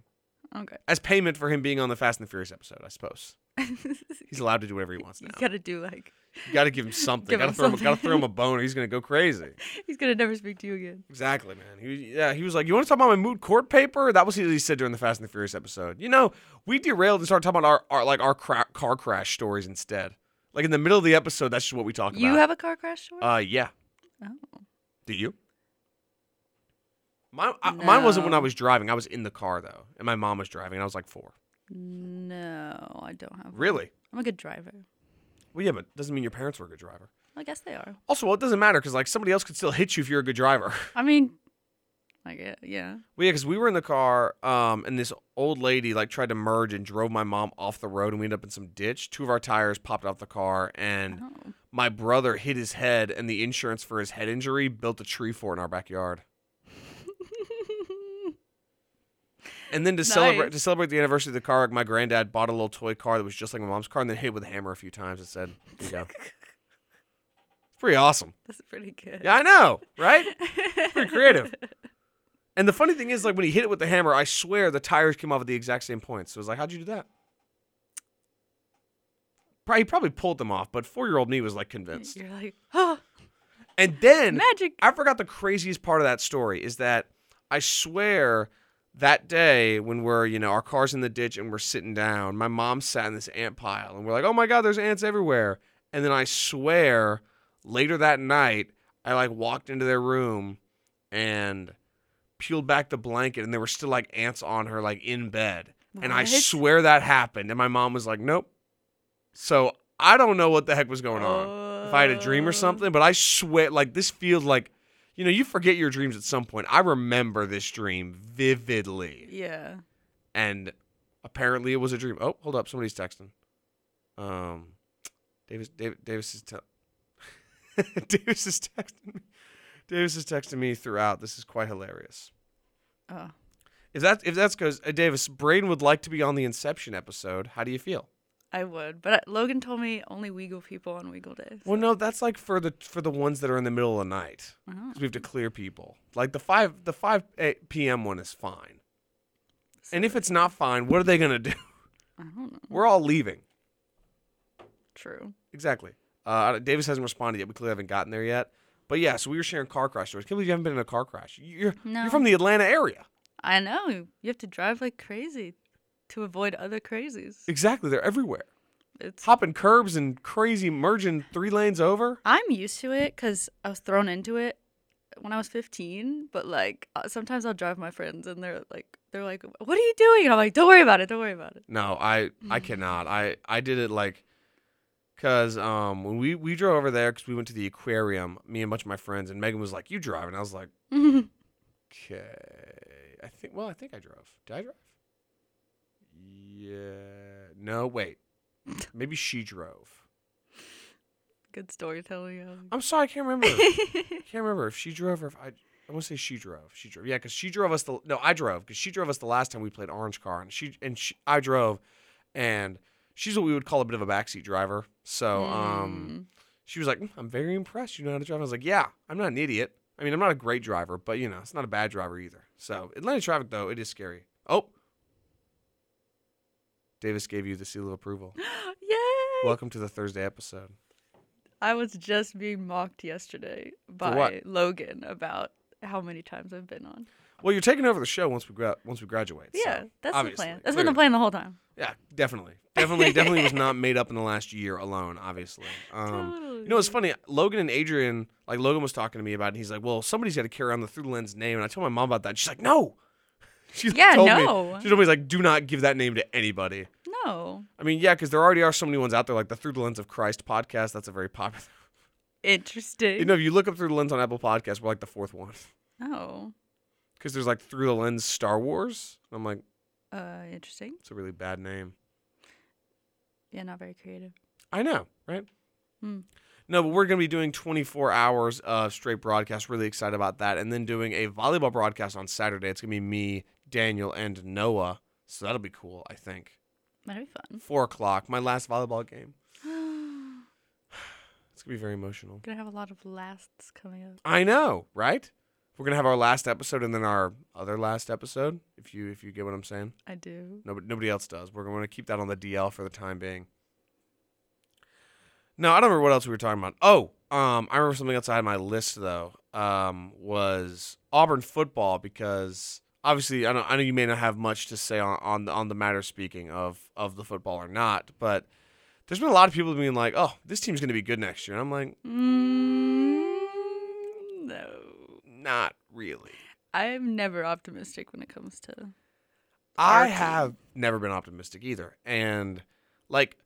B: Okay.
A: as payment for him being on the Fast and the Furious episode, I suppose. He's allowed to do whatever he wants
B: you
A: now.
B: gotta do like.
A: You gotta give him something.
B: Give
A: gotta
B: him
A: throw him gotta
B: something.
A: throw him a bone or he's gonna go crazy.
B: He's gonna never speak to you again.
A: Exactly, man. He was, yeah, he was like, You wanna talk about my moot court paper? That was what he said during the Fast and the Furious episode. You know, we derailed and started talking about our, our like our cra- car crash stories instead. Like in the middle of the episode, that's just what we talk
B: You
A: about.
B: have a car crash story?
A: uh yeah.
B: oh.
A: Do you? Mine, I, mine wasn't when I
B: No.
A: was driving. I was in the car though, and my mom was driving, and I was like four.
B: No, I don't have. one.
A: Really?
B: I'm a good driver.
A: Well, yeah, but doesn't mean your parents were a good driver.
B: I guess they are.
A: Also, well, it doesn't matter because like somebody else could still hit you if you're a good driver.
B: I mean, I guess, yeah.
A: well, yeah, because we were in the car, um, and this old lady like tried to merge and drove my mom off the road, and we ended up in some ditch. Two of our tires popped off the car, and
B: Oh.
A: my brother hit his head, and the insurance for his head injury built a tree fort in our backyard. And then to celebrate
B: Nice.
A: to celebrate the anniversary of the car, wreck, my granddad bought a little toy car that was just like my mom's car, and then hit it with a hammer a few times and said, "There you go." Pretty awesome.
B: That's pretty good.
A: Yeah, I know, right? Pretty creative. And the funny thing is, like when he hit it with the hammer, I swear the tires came off at the exact same point. So I was like, "How'd you do that?" Probably, he probably pulled them off, but four-year-old me was like convinced.
B: You're like, oh,
A: And then
B: magic.
A: I forgot the craziest part of that story is that I swear that day when we're you know our car's in the ditch and we're sitting down, my mom sat in this ant pile and we're like, "Oh my god, there's ants everywhere!" And then I swear later that night, I like walked into their room and peeled back the blanket and there were still like ants on her like in bed. And I
B: What?
A: swear that happened. And my mom was like, "Nope." So I don't know what the heck was going on if I had a dream or
B: Oh.
A: something, but I swear, like, this feels like, you know, you forget your dreams at some point. I remember this dream vividly.
B: Yeah.
A: And apparently it was a dream. Oh, hold up. Somebody's texting. Um, Davis, Davis, Davis is, te- Davis is texting me. Davis is texting me throughout. This is quite hilarious.
B: Oh.
A: If that if that's goes, uh, Davis, Braden would like to be on the Inception episode. How do you feel?
B: I would, but Logan told me only Weagle people on Weagle days.
A: Well, no, that's like for the for the ones that are in the middle of the night.
B: Oh,
A: 'Cause we have to clear people. Like the five the five a- p.m. one is fine. And if it's not fine, what are they gonna do?
B: I don't know.
A: We're all leaving.
B: True.
A: Exactly. Uh, Davis hasn't responded yet. We clearly haven't gotten there yet. But yeah, so we were sharing car crash stories. Can't believe you haven't been in a car crash. You're
B: No.
A: you're from the Atlanta area.
B: I know. You have to drive like crazy to avoid other crazies.
A: Exactly. They're everywhere.
B: It's
A: Hopping curbs and crazy merging three lanes over.
B: I'm used to it because I was thrown into it when I was 15. But like uh, sometimes I'll drive my friends and they're like, they're like, "What are you doing?" And I'm like, "Don't worry about it. Don't worry about it."
A: No, I I cannot. I I did it like cuz um when we we drove over there cuz we went to the aquarium, me and a bunch of my friends and Megan was like, "You drive." And I was like, "Okay." I think well, I think I drove. Did I drive? Yeah. No, wait. Maybe she drove.
B: Good storytelling. Alex.
A: I'm sorry, I can't remember. can't remember if she drove or if I. I want to say she drove. She drove. Yeah, because she drove us the. No, I drove because she drove us the last time we played Orange Car, and she and she, I drove, and she's what we would call a bit of a backseat driver. So um, she was like, "Mm, "I'm very impressed. You know how to drive." I was like, "Yeah, I'm not an idiot. I mean, I'm not a great driver, but you know, it's not a bad driver either." So Atlanta traffic, though, it is scary. Oh, Davis gave you the seal of approval.
B: Mm. Yay!
A: Welcome to the Thursday episode.
B: I was just being mocked yesterday by
A: what?
B: Logan about how many times I've been on.
A: Well, you're taking over the show once we gra- once we graduate. so
B: yeah, that's the
A: obviously,
B: plan. That's been the
A: clearly.
B: plan the whole time.
A: Yeah, definitely. Definitely, definitely was not made up in the last year alone, obviously. Um,
B: totally.
A: you know, it's funny. Logan and Adrian, like, Logan was talking to me about it, and he's like, well, somebody's got to carry on the Through the Lens name. And I told my mom about that. She's like, no. She
B: Yeah,
A: told me-
B: no.
A: she told me, like, do not give that name to anybody.
B: no.
A: I mean, yeah, because there already are so many ones out there, like the Through the Lens of Christ podcast. That's a very popular.
B: Interesting.
A: You know, if you look up Through the Lens on Apple Podcasts, we're like the fourth one.
B: oh,
A: Because there's like Through the Lens Star Wars. And I'm like,
B: uh, interesting.
A: it's a really bad name.
B: Yeah, not very creative.
A: I know, right?
B: Hmm.
A: No, but we're going to be doing 24 hours of straight broadcast. Really excited about that. And then doing a volleyball broadcast on Saturday. It's going to be me, Daniel, and Noah. So that'll be cool, I think.
B: That'd be
A: Four o'clock, my last volleyball game.
B: fun.
A: It's going to be very emotional.
B: Gonna have a lot of lasts coming up.
A: I know, right? We're going to have our last episode and then our other last episode, if you if you get what I'm saying.
B: I do.
A: Nobody, nobody else does. We're going to keep that on the DL for the time being. No, I don't remember what else we were talking about. Oh, um, I remember something else I had on my list though. Um, was Auburn football because obviously I know I know you may not have much to say on on the, on the matter speaking of of the football or not, but there's been a lot of people being like, "Oh, this team's going to be good next year," and I'm like,
B: Mm, no,
A: "Not really."
B: I'm never optimistic when it comes to. our
A: I
B: team.
A: have never been optimistic either. And like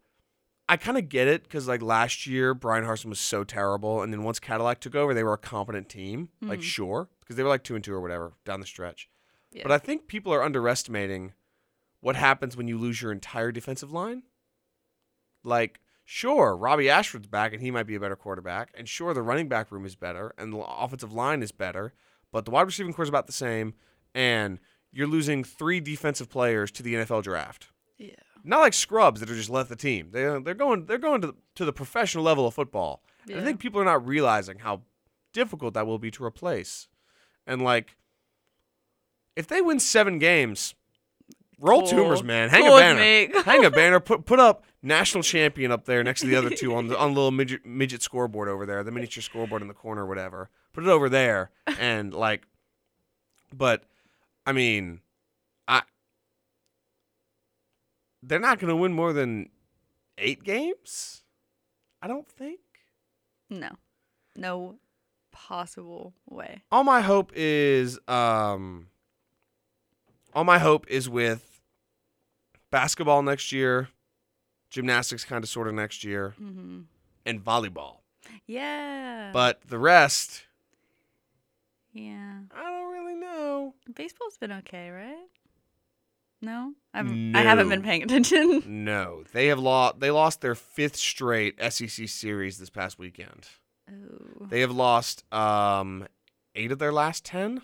A: I kind of get it cuz like last year Brian Harson was so terrible and then once Cadillac took over they were a competent team. Like
B: Mhm.
A: sure, because they were like 2 and 2 or whatever down the stretch.
B: Yeah.
A: But I think people are underestimating what happens when you lose your entire defensive line. Like sure, Robbie Ashford's back and he might be a better quarterback and sure the running back room is better and the offensive line is better, but the wide receiving core is about the same and you're losing three defensive players to the NFL draft.
B: yeah.
A: Not like scrubs that are just left the team. They uh, they're going they're going to the, to the professional level of football. And I
B: Yeah.
A: think people are not realizing how difficult that will be to replace. And like, if they win seven games, roll
B: Cool.
A: tumors, man. Hang
B: Cool
A: a banner.
B: with me.
A: Hang a banner. Put put up national champion up there next to the other two on the on the little midget midget scoreboard over there, the miniature scoreboard in the corner, or whatever. Put it over there and like, but I mean, I they're not going to win more than eight games. I don't think.
B: No, no possible way.
A: all my hope is um all my hope is with basketball next year gymnastics kind of sort of next year
B: hmm
A: and volleyball
B: Yeah.
A: but the rest
B: yeah.
A: i don't really know
B: Baseball's been okay, right? No, I'm. I haven't been
A: No.
B: paying attention.
A: no they have lost they lost their fifth straight sec series this past weekend
B: Oh.
A: they have lost um eight of their last ten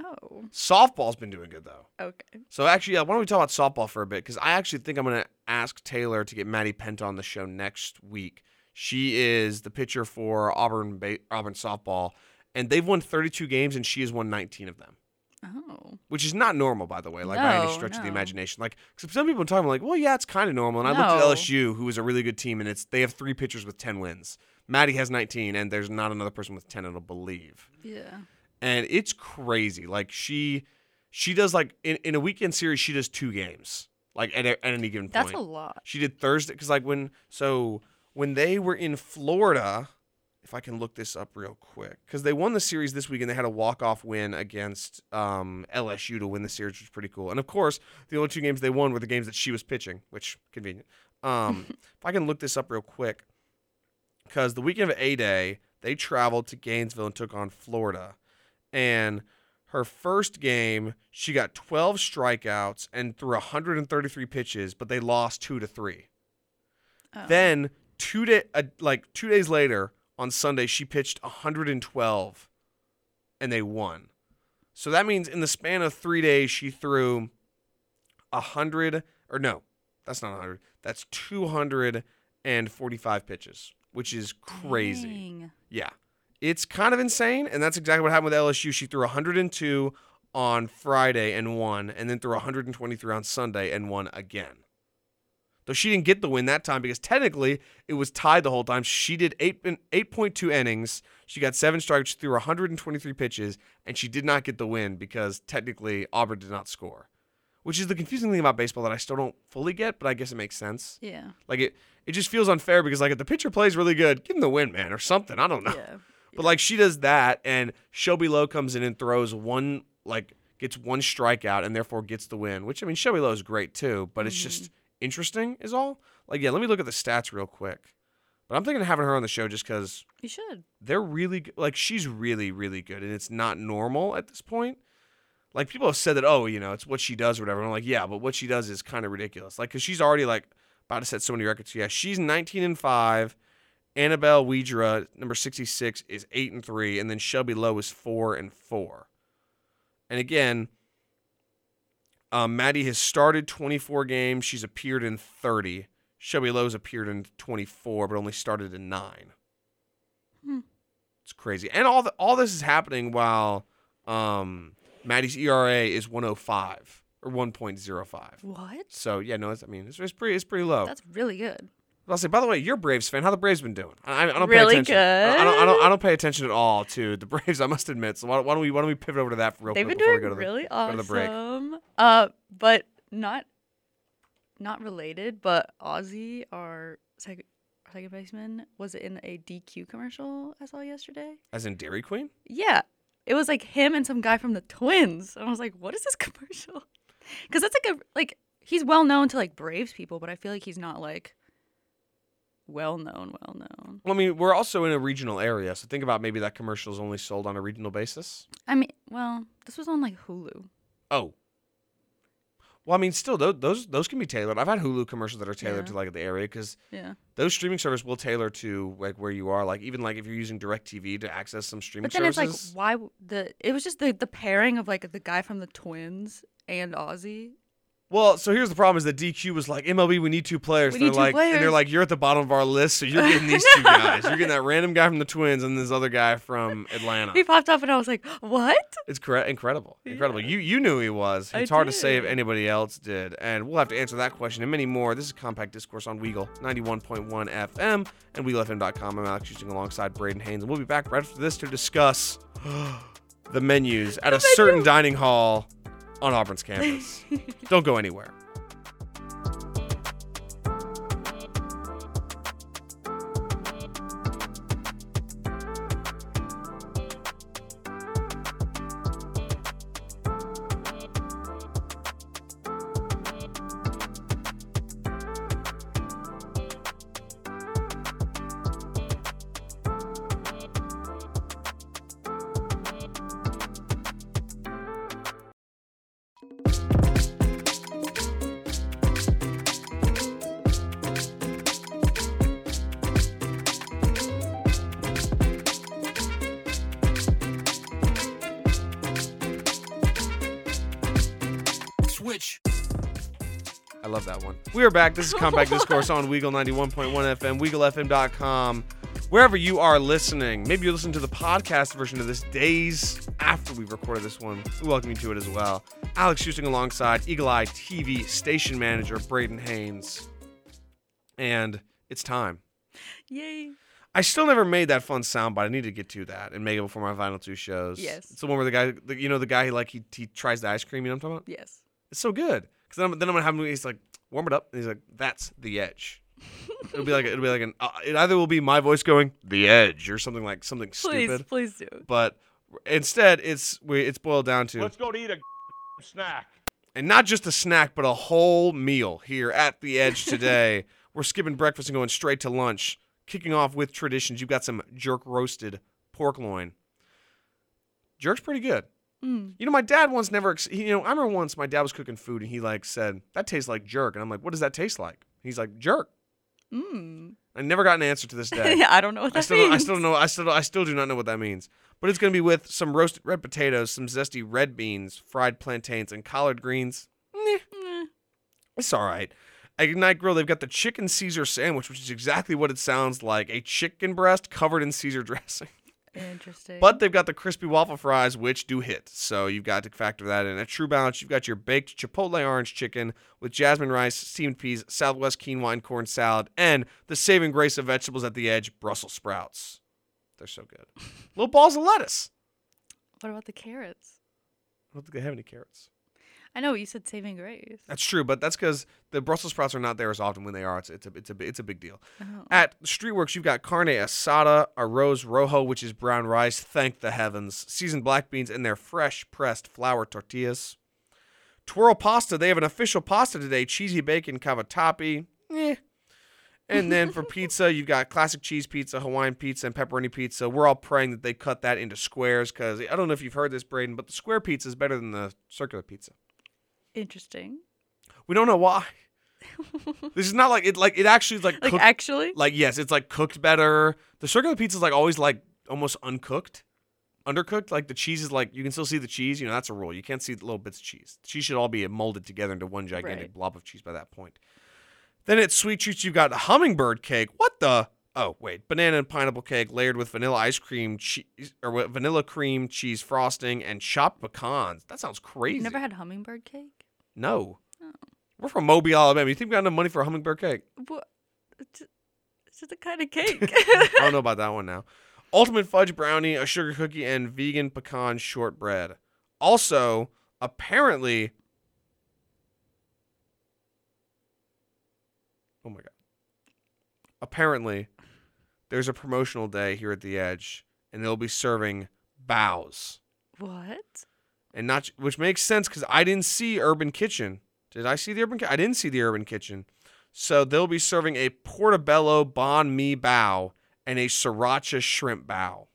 B: Oh,
A: Softball's been doing good though.
B: okay.
A: So actually, yeah, why don't we talk about softball for a bit? Because I actually think I'm going to ask Taylor to get Maddie Pent on the show next week. She is the pitcher for Auburn ba- Auburn softball, and they've won 32 games, and she has won 19 of them,
B: Oh,
A: which is not normal, by the way, like by any
B: No,
A: stretch of the
B: no.
A: imagination. Like 'cause some people are talking like, well, yeah, it's kind of normal. And I looked at
B: No.
A: LSU, who is a really good team, and it's they have three pitchers with 10 wins. Maddie has 19, and there's not another person with 10. I'll believe
B: yeah.
A: and it's crazy. Like she, she does like in, in a weekend series, she does two games like at, a- at any given
B: That's a
A: point.
B: lot.
A: she did Thursday because like when so when they were in Florida, if I can look this up real quick, because they won the series this week and they had a walk off win against um, LSU to win the series, which was pretty cool. And of course, the only two games they won were the games that she was pitching, which convenient. Um, if I can look this up real quick, because the weekend of A Day, they traveled to Gainesville and took on Florida. And her first game, she got 12 strikeouts and threw 133 pitches, but they lost two to three.
B: Oh.
A: Then two day, uh, like two days later on Sunday, she pitched 112, and they won. So that means in the span of three days, she threw 100 or no, that's not 100. That's 245 pitches, which is crazy.
B: Dang.
A: Yeah. It's kind of insane, and that's exactly what happened with LSU. She threw 102 on Friday and won, and then threw 123 on Sunday and won again. Though she didn't get the win that time because technically it was tied the whole time. She did eight, 8.2 innings. She got seven strikes, she threw 123 pitches, and she did not get the win because technically Auburn did not score. Which is the confusing thing about baseball that I still don't fully get, but I guess it makes sense.
B: Yeah.
A: Like it, it just feels unfair because like if the pitcher plays really good, give him the win, man, or something. I don't know.
B: Yeah.
A: But like she does that, and Shelby Lowe comes in and throws one, like gets one strikeout, and therefore gets the win. Which I mean, Shelby Lowe is great too, but it's just interesting, is all. Like, yeah, let me look at the stats real quick. But I'm thinking of having her on the show just because
B: You should.
A: they're really g- like she's really really good, and it's not normal at this point. Like people have said that, oh, you know, it's what she does or whatever. And I'm like, yeah, but what she does is kind of ridiculous. Like, cause she's already like about to set so many records. Yeah, she's 19 and five. Annabelle Weidra, number 66, is eight and three, and then Shelby Lowe is four and four. And again, um, Maddie has started 24 games. She's appeared in 30. Shelby Lowe's appeared in 24, but only started in nine.
B: Hmm.
A: It's crazy. And all the, all this is happening while um, Maddie's ERA is 105 or 1.05.
B: What?
A: So yeah, no, it's, I mean it's, it's pretty it's pretty low.
B: That's really good.
A: I'll say, by the way, you're a Braves fan. How the Braves been doing? I, I don't
B: Really
A: pay attention. I, I don't, I don't.
B: good.
A: I don't pay attention at all to the Braves. I must admit. So why, why don't we why don't we pivot over to that for real
B: They've
A: quick
B: been
A: before
B: doing
A: we go to the
B: really
A: to the break.
B: awesome. Uh, but not not related. But Ozzy, our second our second baseman, was in a DQ commercial I saw yesterday.
A: as in Dairy Queen.
B: Yeah, it was like him and some guy from the Twins, and I was like, "What is this commercial?" Because that's like a like he's well known to like Braves people, but I feel like he's not like well known, well known.
A: Well, I mean, we're also in a regional area, so think about maybe that commercial is only sold on a regional basis.
B: I mean, well, this was on like Hulu.
A: Oh. Well, I mean, still tho- those those can be tailored. I've had Hulu commercials that are tailored
B: Yeah.
A: to like the area because
B: Yeah,
A: those streaming services will tailor to like where you are. Like even like if you're using DirecTV to access some streaming
B: but then
A: services.
B: it's like why w- the it was just the the pairing of like the guy from the Twins and Ozzy.
A: Well, so here's the problem: is that DQ was like MLB, we need two players.
B: We
A: and
B: need
A: they're
B: two
A: like, and they're
B: players.
A: like, you're at the bottom of our list, so you're getting these two guys. You're getting that random guy from the Twins and this other guy from Atlanta.
B: He popped up, and I was like, "What?"
A: It's cre- incredible, incredible.
B: Yeah.
A: You you knew he was.
B: I
A: It's hard to say if
B: did.
A: anybody else did, and we'll have to answer that question and many more. This is Compact Discourse on Weagle, 91.1 FM and WeagleFM.com. I'm Alex Houston alongside Braden Haynes, and we'll be back right after this to discuss the menus at a certain dining hall on Auburn's campus. Don't go anywhere.
C: witch.
A: I love that one. We are back. This is Compact Discourse on Weagle 91.1 FM, WeagleFM.com. Wherever you are listening, maybe you listen to the podcast version of this days after we've recorded this one. We welcome you to it as well. Alex Houston alongside Eagle Eye TV station manager Braden Haynes. And it's time.
B: Yay.
A: I still never made that fun sound, but I need to get to that and make it before my final two shows.
B: Yes.
A: It's the one where the guy, the, you know, the guy, he like, he, he tries the ice cream, you know what I'm talking about?
B: Yes.
A: It's so good. Cause then I'm, then I'm gonna have him. He's like, warm it up. And he's like, that's the edge. it'll be like it'll be like an. Uh, it either will be my voice going the edge or something like something
B: Please,
A: stupid.
B: please do.
A: But instead, it's we it's boiled down to
D: Let's go to eat a snack.
A: and not just a snack, but a whole meal here at the edge today. We're skipping breakfast and going straight to lunch. Kicking off with traditions, you've got some jerk roasted pork loin. Jerk's pretty good.
B: Mm.
A: You know, my dad once never, ex- he- you know, I remember once my dad was cooking food and he like said, that tastes like jerk. And I'm like, what does that taste like? He's like, jerk.
B: Mm.
A: I never got an answer to this day.
B: I don't know what that
A: I still, don't, I
B: means.
A: still don't know. I still, don't- I still do not know what that means. But it's gonna be with some roasted red potatoes, some zesty red beans, fried plantains, and collard greens. Meh,
B: Mm.
A: it's all right. At Ignite Grill, they've got the chicken Caesar sandwich, which is exactly what it sounds like—a chicken breast covered in Caesar dressing.
B: Interesting.
A: But they've got the crispy waffle fries, which do hit. So you've got to factor that in. At True Balance, you've got your baked chipotle orange chicken with jasmine rice, steamed peas, southwest quinoa and corn salad, and the saving grace of vegetables at the edge, Brussels sprouts. They're so good. Little balls of lettuce.
B: what about the carrots?
A: I don't think they have any carrots.
B: I know you said saving grace.
A: That's true, but that's because the Brussels sprouts are not there as often when they are. It's, it's, a, it's, a, it's a big deal.
B: Oh.
A: At Streetworks, you've got carne asada, arroz rojo, which is brown rice, thank the heavens, seasoned black beans, and their fresh pressed flour tortillas. Twirl pasta, they have an official pasta today, cheesy bacon cavatappi. Eh. And then for pizza, you've got classic cheese pizza, Hawaiian pizza, and pepperoni pizza. We're all praying that they cut that into squares because I don't know if you've heard this, Braden, but the square pizza is better than the circular pizza.
B: Interesting.
A: We don't know why. this is not like it. Like it actually is like
B: Like
A: cooked
B: actually?
A: like yes, it's like cooked better. The circular pizza is like always like almost uncooked, undercooked. Like the cheese is like you can still see the cheese. You know that's a rule. You can't see the little bits of cheese. The cheese should all be molded together into one gigantic
B: Right.
A: blob of cheese by that point. Then at sweet treats you've got a hummingbird cake. What the? Oh wait, banana and pineapple cake layered with vanilla ice cream cheese or with vanilla cream cheese frosting and chopped pecans. That sounds crazy.
B: You never had hummingbird cake?
A: no.
B: Oh.
A: We're from Mobile, Alabama. You think we got enough money for a hummingbird cake?
B: What? It's it's just a kind of cake.
A: I don't know about that one now. Ultimate fudge brownie, a sugar cookie, and vegan pecan shortbread. Also, apparently. Oh my God. Apparently, there's a promotional day here at The Edge, and they'll be serving bows.
B: what?
A: And not, which makes sense because I didn't see Urban Kitchen. Did I see the Urban Kitchen? I didn't see the Urban Kitchen. So they'll be serving a portobello banh mi bao and a sriracha shrimp bao.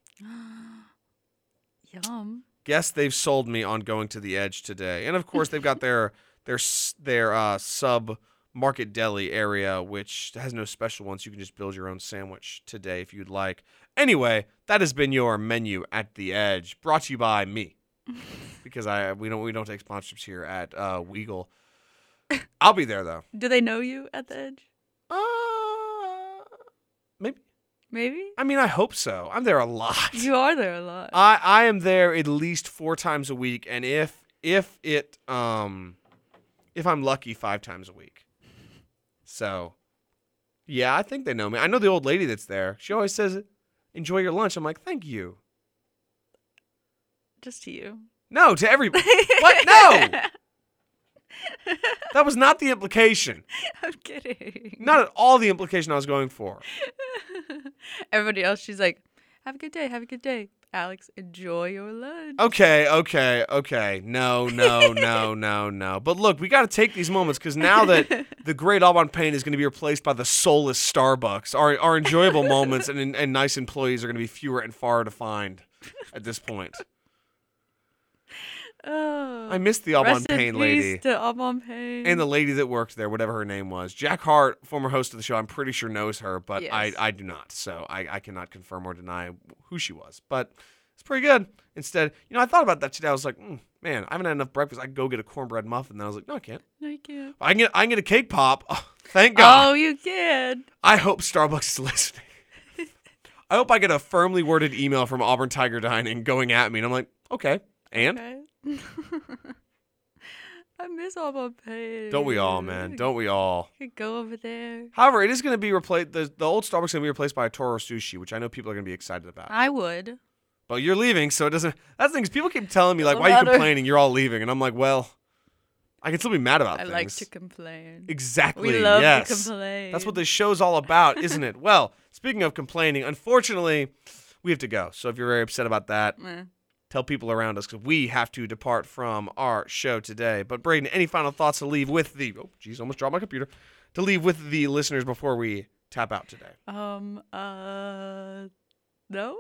B: Yum.
A: Guess they've sold me on going to the edge today. And of course, they've got their their s- their uh, sub market deli area, which has no special ones. You can just build your own sandwich today if you'd like. Anyway, that has been your menu at the edge, brought to you by me, because I we don't we don't take sponsorships here at uh, Weagle. I'll be there though.
B: Do they know you at the edge?
A: Uh, maybe.
B: Maybe.
A: I mean, I hope so. I'm there a lot.
B: You are there a lot.
A: I I am there at least four times a week, and if if it um if I'm lucky, five times a week. So, yeah, I think they know me. I know the old lady that's there. She always says, "Enjoy your lunch." I'm like, "Thank you."
B: just to you.
A: No, to everybody. what? No, that was not the implication.
B: I'm kidding.
A: Not at all the implication I was going for.
B: Everybody else, she's like, "Have a good day. Have a good day, Alex. Enjoy your lunch."
A: Okay, okay, okay. No, no, no, no, no. But look, we got to take these moments because now that the great Auburn Pain is going to be replaced by the soulless Starbucks, our, our enjoyable moments and, and nice employees are going to be fewer and far to find at this point.
B: Oh.
A: I miss the Auburn
B: Rest in
A: Pain
B: peace
A: lady
B: To Alban Payne.
A: and the lady that worked there, whatever her name was. Jack Hart, former host of the show, I'm pretty sure knows her, but I,
B: Yes.
A: I do not. So I, I cannot confirm or deny who she was. But it's pretty good. Instead, you know, I thought about that today. I was like, mm, man, I haven't had enough breakfast. I could go get a cornbread muffin. Then I was like, no, I can't.
B: I can't.
A: I can get, I can get a cake pop. thank God.
B: Oh, you can.
A: I hope Starbucks is listening. I hope I get a firmly worded email from Auburn Tiger Dining going at me. And I'm like, okay. And
B: Okay. I miss all my pain.
A: don't we all, man? Don't we all?
B: could go over there.
A: However, it is going to be replaced. The, the old Starbucks is going to be replaced by a Toro Sushi, which I know people are going to be excited about.
B: I would.
A: But you're leaving, so it doesn't. That's the thing. is People keep telling me like,
B: Doesn't
A: "Why are you
B: matter.
A: complaining? You're all leaving," and I'm like, "Well, I can still be mad about
B: I
A: things."
B: like to complain.
A: Exactly.
B: We love
A: yes.
B: to complain.
A: That's what this show's all about, isn't it? Well, speaking of complaining, unfortunately, we have to go. So if you're very upset about that,
B: Eh.
A: tell people around us because we have to depart from our show today. But Braden, any final thoughts to leave with the? Oh, geez, almost dropped my computer. To leave with the listeners before we tap out today.
B: Um. Uh. No.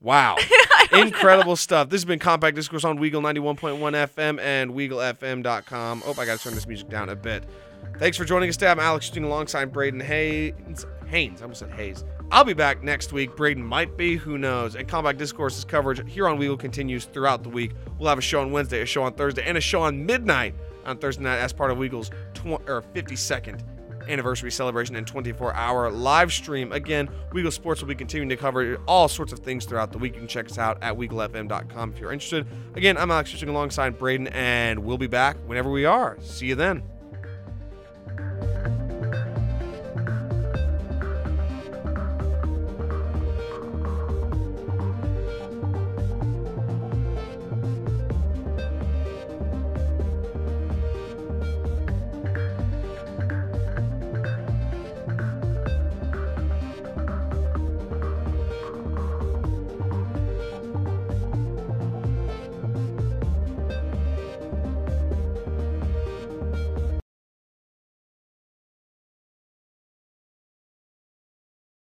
A: Wow. Incredible stuff. This has been Compact Discourse on Weagle 91.1 FM and WeagleFM.com. Oh, I got to turn this music down a bit. Thanks for joining us today. I'm Alex Student alongside Braden Haynes. Haynes, I almost said Hayes. I'll be back next week. Braden might be, who knows? And Compact Discourse's coverage here on Weagle continues throughout the week. We'll have a show on Wednesday, a show on Thursday, and a show on midnight on Thursday night as part of Weagle's tw- or 52nd anniversary celebration and 24 hour live stream. Again, Weagle Sports will be continuing to cover all sorts of things throughout the week. You can check us out at WeagleFM.com if you're interested. Again, I'm Alex Fishing alongside Braden, and we'll be back whenever we are. See you then.